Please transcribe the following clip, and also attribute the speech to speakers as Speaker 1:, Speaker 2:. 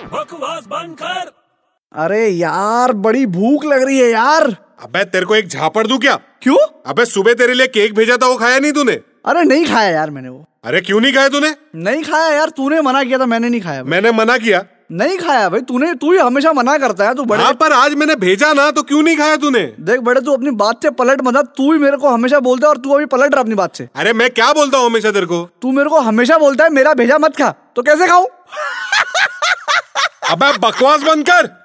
Speaker 1: आवाज बंद कर
Speaker 2: अरे यार बड़ी भूख लग रही है यार
Speaker 3: अबे तेरे को एक झापड़ दूं क्या
Speaker 2: क्यों
Speaker 3: अबे सुबह तेरे लिए केक भेजा था वो खाया नहीं तूने
Speaker 2: अरे नहीं खाया यार मैंने वो
Speaker 3: अरे क्यों नहीं खाया तूने
Speaker 2: नहीं खाया यार तूने मना किया था मैंने नहीं खाया भाई।
Speaker 3: मैंने मना किया
Speaker 2: नहीं खाया भाई तूने तू ही हमेशा मना करता है तू बड़े
Speaker 3: हाँ पर आज मैंने भेजा ना तो क्यों नहीं खाया तूने
Speaker 2: देख बड़े तू अपनी बात से पलट मत तू ही मेरे को हमेशा बोलता है और तू अभी पलट रहा अपनी बात से
Speaker 3: अरे मैं क्या बोलता हूँ हमेशा तेरे को
Speaker 2: तू मेरे को हमेशा बोलता है मेरा भेजा मत खा तो कैसे खाऊं
Speaker 3: अबे बकवास बंद कर